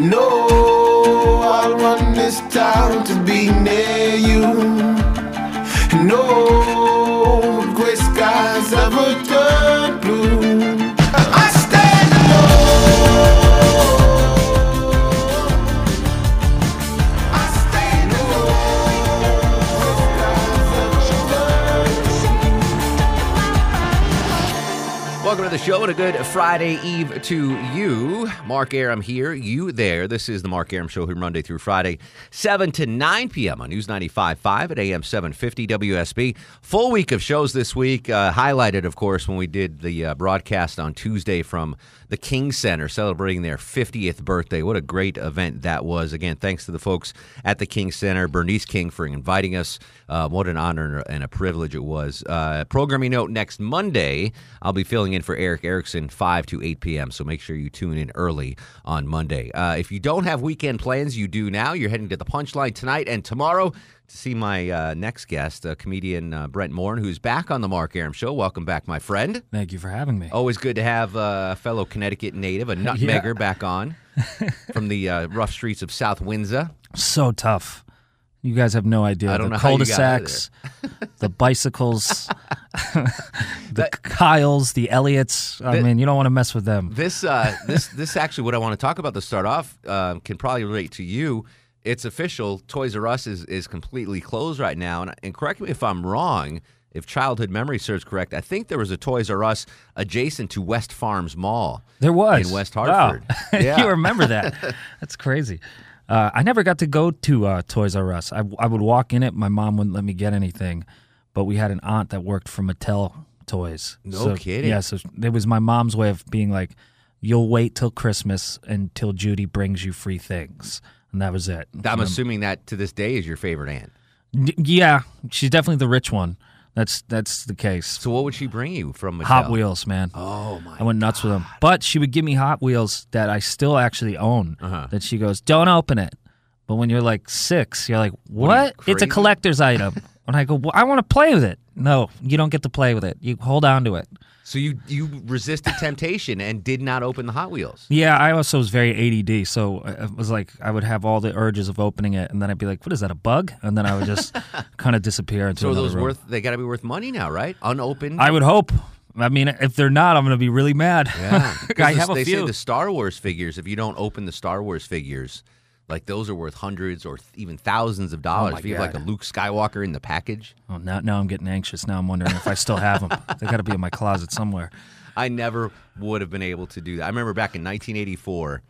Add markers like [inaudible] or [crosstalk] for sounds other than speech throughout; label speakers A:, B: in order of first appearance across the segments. A: No, I want this town to be near you. No gray skies ever turn blue. I stand alone. I stand
B: Welcome to the show and a good Friday Eve to you. Mark Aram here, you there. This is the Mark Aram Show here Monday through Friday, 7 to 9 p.m. on News 95.5 at AM 750 WSB. Full week of shows this week, uh, highlighted, of course, when we did the uh, broadcast on Tuesday from the King Center celebrating their 50th birthday. What a great event that was. Again, thanks to the folks at the King Center, Bernice King for inviting us. Uh, what an honor and a privilege it was. Uh, programming note next Monday, I'll be filling in for Eric Erickson 5 to 8 p.m. So make sure you tune in early on Monday. Uh, if you don't have weekend plans, you do now. You're heading to the punchline tonight and tomorrow to see my uh, next guest, uh, comedian uh, Brent Morin, who's back on the Mark Aram Show. Welcome back, my friend.
C: Thank you for having me.
B: Always good to have uh, a fellow Connecticut native, a nutmegger, back on from the uh, rough streets of South Windsor.
C: So tough. You guys have no idea.
B: I don't
C: the
B: know how you got out of
C: cul-de-sacs, [laughs]
B: [laughs]
C: the bicycles, [laughs] the Kyles, the Elliots. I
B: That-
C: mean, you don't want to mess with them.
B: This, uh, this, this actually, what I want to talk about to start off um, can probably relate to you. It's official. Toys R Us is, is completely closed right now. And, and correct me if I'm wrong. If childhood memory serves correct, I think there was a Toys R Us adjacent to West Farms Mall.
C: There was
B: in West
C: Wow.
B: Hartford. Yeah.
C: [laughs] you remember that? That's crazy. Uh, I never got to go to uh, Toys R Us. I, I would walk in it. My mom wouldn't let me get anything, but we had an aunt that worked for Mattel toys.
B: No
C: So-
B: kidding.
C: Yeah, so it was my mom's way of being like, "You'll wait till Christmas until Judy brings you free things," and that was it.
B: I'm assuming that to this day is your favorite aunt.
C: N- Yeah, she's definitely the rich one. That's that's the case.
B: So what would she bring you from Mattel?
C: Hot Wheels, man.
B: Oh my!
C: I went nuts with them. But she would give me Hot Wheels that I still actually own. That she goes, don't open it. But when you're like six, you're like,
B: are you,
C: what? it's a
B: crazy?"
C: collector's [laughs] item. and I go, well, I want to play with it. No, you don't get to play with it. You hold on to it.
B: So you you resisted temptation and did not open the Hot Wheels.
C: Yeah, I also was very ADD, so I- it was like I would have all the urges of opening it, and then I'd be like, "What is that? A bug?" And then I would [laughs] just kind of disappear into
B: So are
C: another
B: those
C: room.
B: worth? They got to be worth money now, right? Unopened.
C: I would hope. I mean, if they're not, I'm going to be really mad.
B: [laughs] yeah.
C: [laughs] I
B: Because
C: have
B: they
C: a
B: say
C: few.
B: the Star Wars figures. If you don't open the Star Wars figures, like those are worth hundreds or th- even thousands of dollars.
C: Oh my
B: if you have like
C: God.
B: a Luke Skywalker in the package,
C: Oh, now, now I'm getting anxious. Now I'm wondering if I still
B: [laughs]
C: have them. they got to be in my closet somewhere.
B: I never would have been able to do that. I remember back in 1984,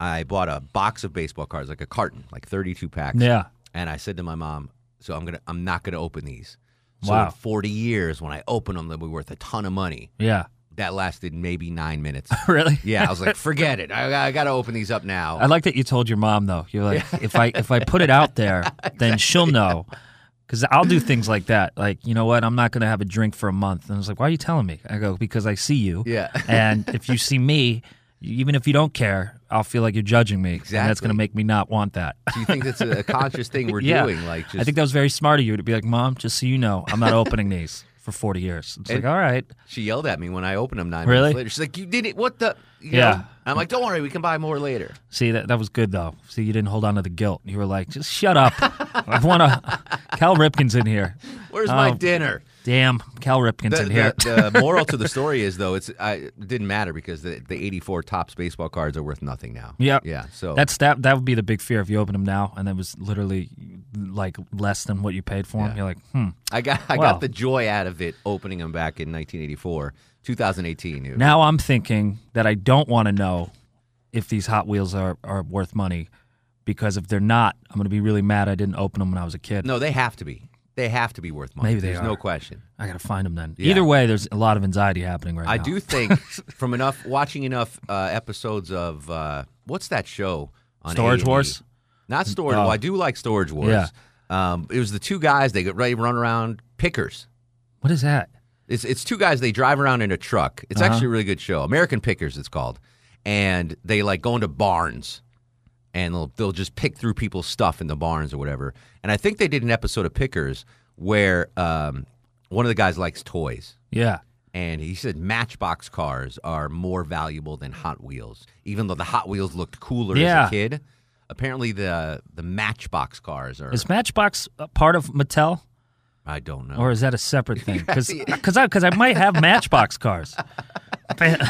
B: I bought a box of baseball cards, like a carton, like 32 packs.
C: Yeah.
B: And I said to my mom, "So I'm gonna, I'm not gonna open these. So
C: Wow.
B: in 40 years, when I open them, they'll be worth a ton of money. [laughs]
C: Yeah.
B: That lasted maybe nine minutes. [laughs]
C: Really?
B: yeah, I was like, forget it. I, I got to open these up now.
C: I like that you told your mom though. You're like, if I if I put it
B: [laughs]
C: out there, then she'll know. Because I'll do things like that. Like, you know what? I'm not going to have a drink for a month. And I was like, why are you telling me? I go, because I see you.
B: Yeah. [laughs]
C: and if you see me, even if you don't care, I'll feel like you're judging me. And that's
B: Exactly.
C: going to make me not want that.
B: Do you think that's a, a conscious thing
C: [laughs]
B: we're doing? Like, just
C: I think that was very smart of you to be like, Mom, just so you know, I'm not opening these for 40 years. It's
B: And-
C: like, all right.
B: she yelled at me when I opened them nine
C: Really?
B: minutes later. She's like, "You did it? What the?" You
C: Yeah.
B: know? I'm like, "Don't worry, we can buy more later."
C: See, that, that was good, though. See, you didn't hold on to the guilt. You were like, just shut up. I want to. [laughs] Cal Ripkin's in here.
B: Where's my
C: Oh,
B: dinner?
C: Damn, Cal Ripkin's
B: The,
C: in here.
B: the-
C: [laughs]
B: the moral to the story is though it's I, it didn't matter because the, the 84 tops baseball cards are worth nothing now.
C: Yep.
B: Yeah. So
C: That's that. That would be the big fear if you open them now, and it was literally like less than what you paid for them. You're like, hmm.
B: I got I
C: Wow.
B: got the joy out of it opening them back in 1984, 2018. It-
C: Now I'm thinking that I don't want to know if these Hot Wheels are, are worth money, because if they're not, I'm gonna be really mad I didn't open them when I was a kid.
B: No, they have to be. They have to be worth money.
C: Maybe they
B: There's
C: are.
B: no question.
C: I gotta find them then.
B: Yeah.
C: Either way, there's a [laughs] lot of anxiety happening right now.
B: I do think from enough watching enough uh, episodes of uh, what's that show on
C: Storage
B: A&E?
C: Wars? Oh.
B: Not Storage Wars. I do like Storage Wars.
C: Yeah.
B: Um, it was the two guys they get ready to run around pickers.
C: What is that?
B: It's it's two guys they drive around in a truck. It's
C: Uh-huh.
B: actually a really good show. American Pickers it's called. And they like go into barns and they'll they'll just pick through people's stuff in the barns or whatever. And I think they did an episode of Pickers where um, one of the guys likes toys.
C: Yeah.
B: And he said Matchbox cars are more valuable than Hot Wheels, even though the Hot Wheels looked cooler as
C: Yeah.
B: a kid. Apparently, the the Matchbox cars are.
C: Is Matchbox a part of Mattel,
B: I don't know. [laughs]
C: or is that a separate thing? Because I because I might have Matchbox cars.
B: forget,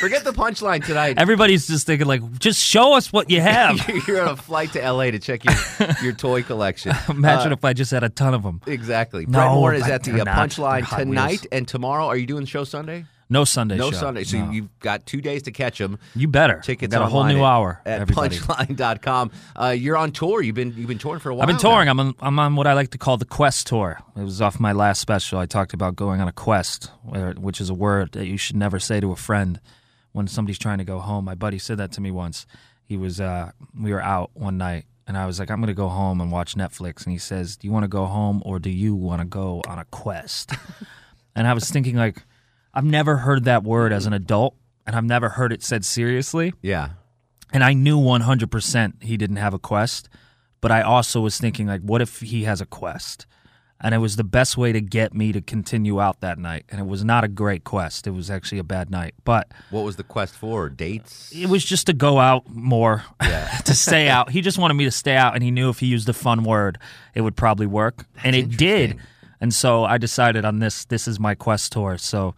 B: forget the punchline tonight.
C: Everybody's just thinking like, just show us what
B: [laughs]
C: you have.
B: You're on a flight to LA to check your, your toy collection.
C: [laughs]
B: Uh,
C: Imagine if I just had a ton of them.
B: Exactly.
C: No,
B: Brett Moore is
C: but
B: at the
C: they're
B: uh,
C: not. They're
B: punchline
C: Hot Wheels.
B: tonight and tomorrow. Are you doing the show Sunday?
C: No Sunday
B: no
C: show.
B: Sunday. So
C: No. you,
B: you've got two days to catch them.
C: better.
B: Tickets
C: I got a whole
B: online
C: new
B: at-
C: hour.
B: at
C: everybody.
B: punchline.com. Uh, you're on tour. You've been you've been touring for a while.
C: I've been
B: now.
C: touring. I'm on, I'm on what I like to call the quest tour. It was off my last special. I talked about going on a quest, where- which is a word that you should never say to a friend when somebody's trying to go home. My buddy said that to me once. He was uh, we were out one night, and I was like, I'm going to go home and watch Netflix. And he says, Do you want to go home or do you want to go on a quest? [laughs] and I was thinking like, I've never heard that word as an adult, and I've never heard it said seriously.
B: Yeah.
C: And I knew 100% he didn't have a quest, but I also was thinking like what if he has a quest? And it was the best way to get me to continue out that night. And it was not a great quest. It was actually a bad night. But
B: What was the quest for? Dates?
C: it was just to go out more, [laughs] to stay out. He just wanted me to stay out, and he knew if he used a fun word, it would probably work, and it did. And so I decided on this. This is my quest tour. So,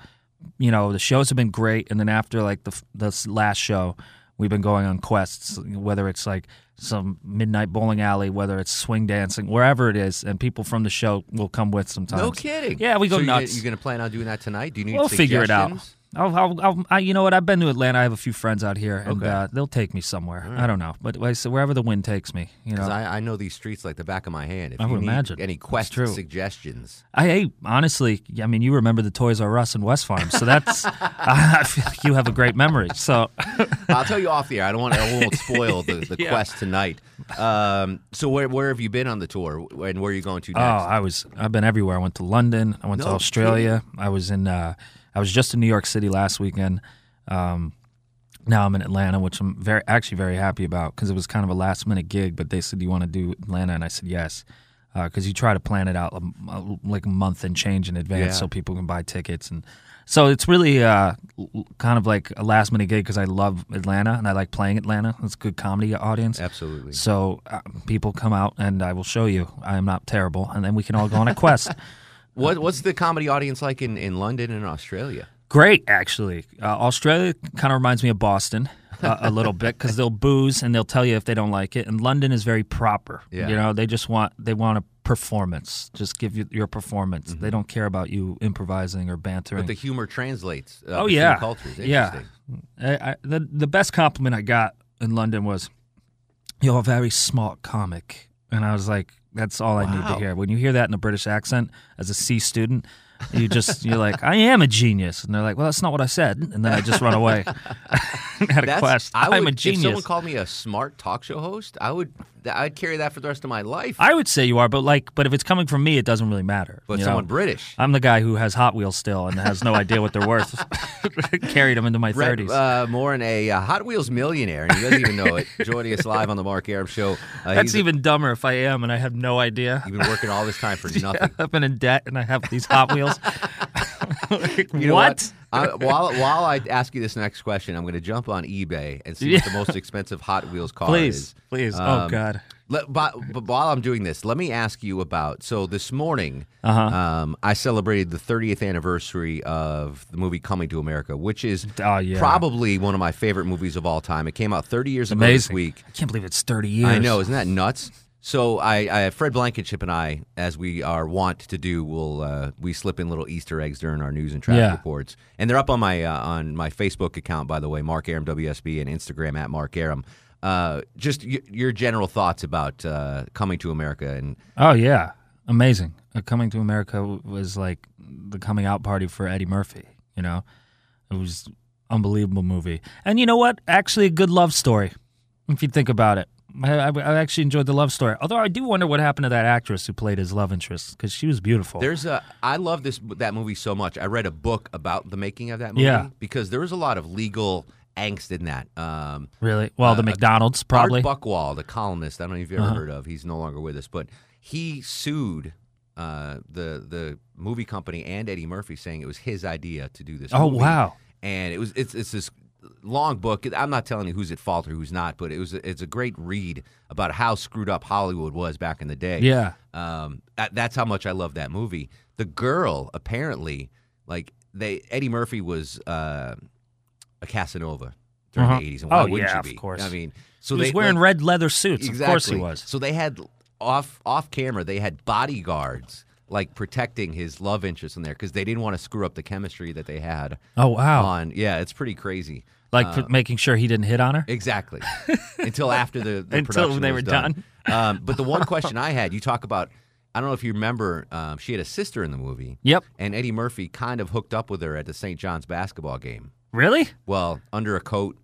C: you know, the shows have been great, and then after like the f- this last show, we've been going on quests. Whether it's like some midnight bowling alley, whether it's swing dancing, wherever it is, and people from the show will come with sometimes.
B: No kidding.
C: Yeah, we go
B: Um, So you're gonna-
C: nuts
B: You're going to plan on doing that tonight? Do you need
C: we'll figure it out.
B: suggestions?
C: I'll, I'll, I'll, I, you know what? I've been to Atlanta. I have a few friends out here, and
B: Okay.
C: uh, they'll take me somewhere. I don't know, but I said wherever the wind takes me. You know,
B: 'Cause
C: I,
B: I, I know these streets like the back of my hand. If
C: I
B: you
C: would
B: need
C: imagine.
B: any
C: That's
B: quest
C: true.
B: suggestions,
C: hey, honestly, I mean, you remember the Toys R Us and West Farm, so that's [laughs] I, feel like you have a great memory. So
B: I'll tell you off the air. I don't want I won't spoil the, the
C: [laughs] Yeah.
B: quest tonight. Um, so where where have you been on the tour, and where are you going to
C: Oh,
B: next?
C: I was. I've been everywhere. I went to London. I went to
B: No
C: Australia. I was in. Uh, I was just in New York City last weekend. Um, now I'm in Atlanta, which I'm very actually very happy about because it was kind of a last minute gig. But they said, "Do you want to do Atlanta?" And I said, "Yes," because you try to plan it out um, uh, like a month and change in
B: Yeah.
C: advance so people can buy tickets and. So it's really uh, l- l- kind of like a last minute gig because I love Atlanta and I like playing Atlanta. It's a good comedy audience.
B: Absolutely.
C: So uh, people come out and I will show you I am not terrible, and then we can all go on
B: [laughs]
C: a quest.
B: What what's the comedy audience like in, in London and Australia?
C: Great, actually. Uh, Australia kind of reminds me of Boston uh, a little bit because they'll booze and they'll tell you if they don't like it. And London is very proper.
B: Yeah.
C: You know, they just want they want a performance. Just give you your performance. They don't care about you improvising or bantering.
B: Mm-hmm. But the humor translates. Uh,
C: oh
B: between
C: yeah,
B: cultures.
C: yeah.
B: Interesting.
C: I, I, the the best compliment I got in London was, "You're a very smart comic," and I was like, "That's all I need to
B: Wow.
C: hear." When you hear that in a British accent as a C student, you just [laughs] you're like, "I am a genius," and they're like, "Well, that's not what I said," and then I just run away. [laughs] Had a
B: That's,
C: quest.
B: I would,
C: I'm a
B: If someone
C: genius.
B: called me a smart talk show host, I would th- I'd carry that for the rest of my life.
C: I would say you are, but like, but if it's coming from me, it doesn't really matter.
B: but
C: you
B: someone
C: know?
B: British.
C: I'm the guy who has Hot Wheels still and has no idea what they're worth. [laughs] Carried them into my
B: Brett,
C: 30s.
B: uh, Moore and a uh, Hot Wheels millionaire, and he doesn't even know
C: [laughs]
B: it. Joining us live on the Mark Aram Show. Uh, [laughs]
C: That's
B: he's
C: even dumber if I am and I have no idea. [laughs]
B: you've been working all this time for nothing.
C: I've been in debt and I have these
B: [laughs]
C: Hot Wheels. Like,
B: You know
C: what?
B: I, while while I ask you this next question, I'm going to jump on eBay and see what the most expensive Hot Wheels car
C: Please,
B: is.
C: please. oh
B: Um,
C: God.
B: Let, but, but while I'm doing this, let me ask you about. So this morning,
C: Uh-huh.
B: um, I celebrated the 30th anniversary of the movie Coming to America, which is
C: Oh, yeah.
B: probably one of my favorite movies of all time. It came out 30 years ago this
C: Amazing.
B: week.
C: I can't believe it's 30 years.
B: I know, isn't that nuts? So I, I Fred Blankenship and I, as we are wont to do, will uh, we slip in little Easter eggs during our news and traffic
C: Yeah.
B: reports, and they're up on my uh, on my Facebook account, by the way, Mark Aram WSB, and Instagram at Mark Aram. Uh, just y- your general thoughts about uh, coming to America, and
C: Oh yeah, amazing. Uh, Coming to America w- was like the coming out party for Eddie Murphy. You know, it was unbelievable movie. And you know what? Actually, a good love story. if you think about it. I, I, I actually enjoyed the love story. Although I do wonder what happened to that actress who played his love interest because she was beautiful.
B: There's a. I love this that movie so much. I read a book about the making of that movie
C: Yeah.
B: because there was a lot of legal angst in that. Um,
C: really well, the McDonald's probably. Uh-huh.
B: Art Buckwall, the columnist. I don't know if you've ever heard of. He's no longer with us, but he sued uh, the the movie company and Eddie Murphy, saying it was his idea to do this.
C: Oh,
B: movie.
C: wow.
B: And it was it's it's this long book. I'm not telling you who's at fault or who's not, but it was it's a great read about how screwed up Hollywood was back in the day.
C: Yeah.
B: Um, that, that's how much I love that movie. The girl apparently, like they, Eddie Murphy was uh, a Casanova during
C: Uh-huh.
B: the '80s, and why
C: Oh,
B: wouldn't
C: yeah,
B: you
C: of
B: be?
C: course.
B: I mean, so
C: he was
B: they
C: wearing
B: like-
C: red leather suits. Of course he
B: Exactly.
C: was.
B: So they had off off camera, they had bodyguards like protecting his love interest in there because they didn't want to screw up the chemistry that they had.
C: Oh, wow.
B: On uh, yeah, it's pretty crazy.
C: Like for making sure he didn't hit on her. [laughs]
B: Exactly. Until after the, the
C: Until
B: production
C: they
B: was
C: were
B: Um, but the
C: [laughs]
B: one question I had, you talk about, I don't know if you remember, um, she had a sister in the movie.
C: Yep.
B: And Eddie Murphy kind of hooked up with her at the St. John's basketball game.
C: Really?
B: Well, under a coat.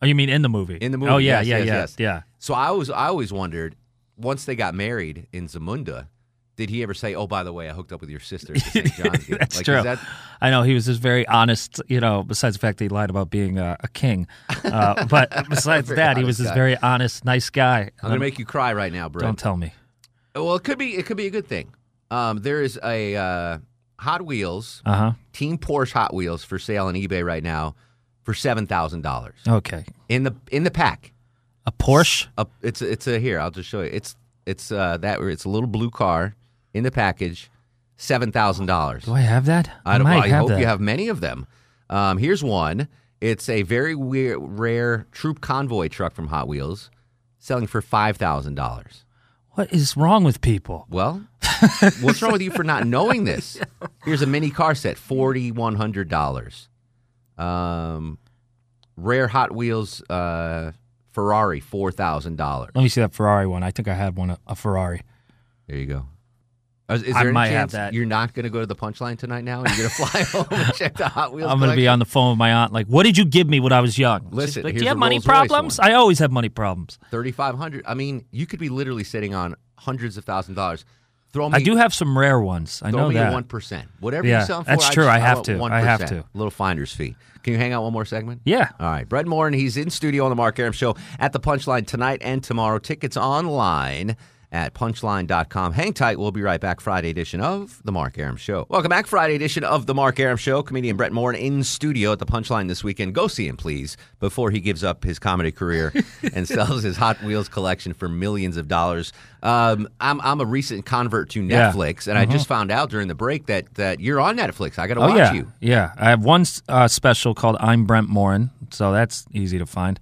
C: Oh, you mean in the movie?
B: In the movie,
C: Oh yeah,
B: yes,
C: yeah,
B: yes,
C: yeah,
B: yes.
C: yeah.
B: So I always, I always wondered, once they got married in Zamunda, did he ever say, "Oh, by the way, I hooked up with your sister at the
C: [laughs]
B: St. John's game"?
C: That's
B: like,
C: true.
B: Is that,
C: I know he was just very honest. You know, besides the fact that he lied about being uh,
B: [laughs]
C: a king, uh, but besides
B: Very
C: that, he
B: honest
C: was this
B: guy.
C: very honest, nice guy.
B: I'm gonna make you cry right now, Brett.
C: Um, Don't tell me.
B: Well, it could be, it could be a good thing. Um, there is a uh, Hot Wheels
C: Uh huh.
B: Team Porsche Hot Wheels for sale on eBay right now for seven thousand dollars
C: Okay.
B: in the in the pack.
C: A Porsche.
B: Up, it's it's a here. I'll just show you. It's it's uh, that it's a little blue car in the package, seven thousand dollars.
C: Do I have that?
B: I, don't,
C: might
B: well, I
C: have
B: hope
C: that.
B: you have many of them. Um, here's one. It's a very weir rare troop convoy truck from Hot Wheels, selling for five thousand dollars.
C: What is wrong with people? [laughs]
B: Well, what's wrong with you for not knowing this? Here's a mini car set, forty one hundred dollars. Um, rare Hot Wheels uh, Ferrari, four thousand dollars.
C: Let me see that Ferrari one. I think I had one a, a Ferrari.
B: There you go. Uh, Is, is
C: I
B: there any
C: might have
B: chance
C: that.
B: you're not going to go to the punchline tonight now, and you're going
C: [laughs]
B: to fly home and check the Hot Wheels?
C: I'm going to be on the phone with my aunt. Like, what did you give me when I was young? She's
B: Listen,
C: like, do
B: here's
C: you have
B: a
C: money
B: Rolls-Royce
C: problems?
B: one.
C: I always have money problems.
B: thirty five hundred. I mean, you could be literally sitting on hundreds of thousand dollars. Throw me,
C: I do have some rare ones. I
B: throw
C: know
B: me
C: that.
B: one percent. Whatever
C: Yeah,
B: you sell 'em for,
C: that's
B: I
C: true.
B: just-
C: I have
B: want
C: to. I have
B: 1%.
C: to.
B: Little finder's fee. Can you hang out one more segment?
C: Yeah.
B: All right, Brett Moore, and he's in studio on the Mark Aram Show at the Punchline tonight and tomorrow. Tickets online at punchline.com. Hang tight. We'll be right back. Friday edition of the Mark Aram Show. Welcome back. Friday edition of the Mark Aram Show. Comedian Brett Moore in studio at the Punchline this weekend. Go see him, please, before he gives up his comedy
C: [laughs]
B: career and sells his Hot Wheels collection for millions of dollars. Um, I'm, I'm a recent convert to
C: Yeah. Mm-hmm.
B: Netflix, and I just found out during the break that that you're on Netflix. I got to
C: Oh
B: watch
C: yeah,
B: you.
C: yeah. I have one uh, special called "I'm Brent Morin," so that's easy to find,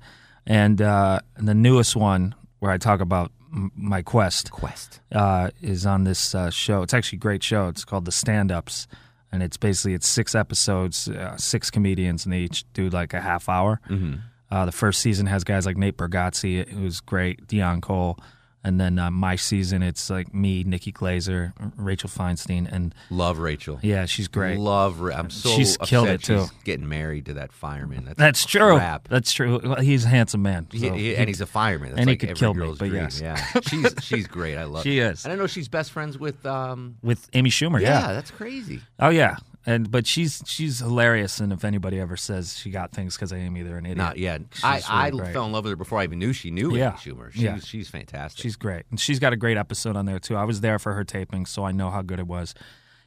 C: and, uh, and the newest one where I talk about m- my quest
B: Quest.
C: uh, is on this uh, show. It's actually a great show. It's called The Stand Ups, and it's basically it's six episodes, uh, six comedians, and they each do like a half hour. Mm-hmm. Uh, the first season has guys like Nate Bargatze, who's great, Dion Cole, and then uh, my season it's like me, Nikki Glazer, Rachel Feinstein, and
B: Love Rachel.
C: yeah, she's great.
B: Love. Ra- I'm so
C: She's
B: upset
C: killed it,
B: she's
C: too.
B: getting married to that fireman. That's,
C: That's true.
B: crap.
C: That's true. Well, he's a handsome man.
B: He-
C: so
B: he-
C: he-
B: and he's a fireman. That's
C: and he
B: like
C: could
B: every
C: kill me,
B: girl's
C: but
B: dream.
C: yes. [laughs]
B: Yeah, she's she's great. I love.
C: She
B: her.
C: is.
B: And I know she's best friends with. Um,
C: with Amy Schumer.
B: yeah,
C: Yeah.
B: that's crazy.
C: Oh yeah. And but she's she's hilarious. And if anybody ever says she got things because I am either an idiot,
B: Not yet.
C: She's
B: I,
C: really
B: I
C: great.
B: fell in love with her before I even knew she knew
C: Yeah.
B: Amy Schumer. She's
C: Yeah.
B: she's fantastic.
C: She's great, and she's got a great episode on there too. I was there for her taping, so I know how good it was.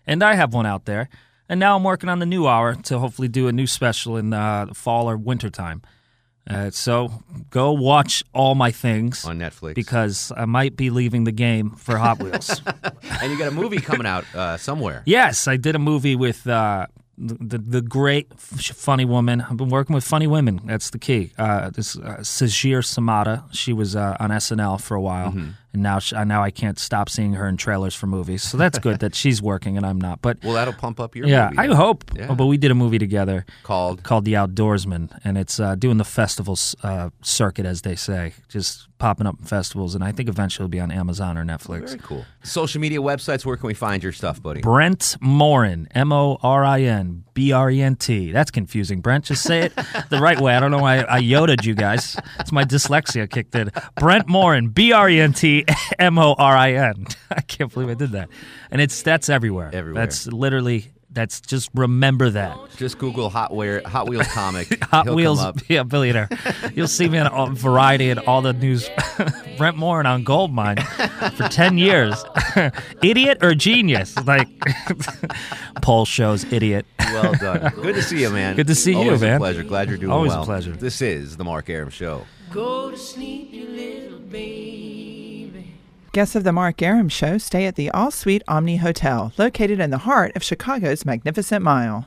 C: And I have one out there, and now I'm working on the new hour to hopefully do a new special in uh, the fall or winter time. Uh, so go watch all my things
B: on Netflix.
C: because I might be leaving the game for
B: [laughs]
C: Hot Wheels.
B: and you got a movie coming out uh,
C: [laughs]
B: somewhere.
C: Yes, I did a movie with uh, the the great f- funny woman. I've been working with funny women.
B: Mm-hmm.
C: That's the key. Uh, this uh, Sajir Samata. She was uh, on SNL for a while, and now she, now I can't stop seeing her in trailers for movies. So that's good that she's working and I'm not. But
B: Well, that'll pump up your
C: yeah,
B: movie
C: I
B: then.
C: hope.
B: Yeah.
C: Oh, but we did a movie together
B: Called
C: called The Outdoorsman, and it's uh, doing the festival uh, circuit, as they say, just popping up in festivals, and I think eventually it'll be on Amazon or Netflix.
B: Very cool. Social media websites, where can we find your stuff, buddy?
C: Brent Morin, M O R I N B R E N T. That's confusing, Brent. Just say it the right way. I don't know why I yodered you guys. It's my dyslexia kicked in. Brent Morin, B R E N T M O R I N. [laughs] I can't believe I did that. And it's that's everywhere.
B: Everywhere.
C: That's literally. That's just remember that.
B: Just Google Hot, Wear, Hot Wheels
C: [laughs]
B: comic.
C: Hot
B: He'll
C: Wheels,
B: Come up.
C: yeah, billionaire. You'll see me on all, Variety and all the news. [laughs] Brent Morin on Goldmine for ten years. [laughs] idiot or genius? Like [laughs] poll shows, idiot. [laughs]
B: Well done. Good to see you, man.
C: Good to see you,
B: Always a
C: man.
B: pleasure. Glad you're doing
C: Always a
B: well.
C: pleasure.
B: This is the Mark Aram Show.
D: Go to sleep, you little baby.
E: Guests of the Mark Aram Show stay at the All Suite Omni Hotel, located in the heart of Chicago's Magnificent Mile.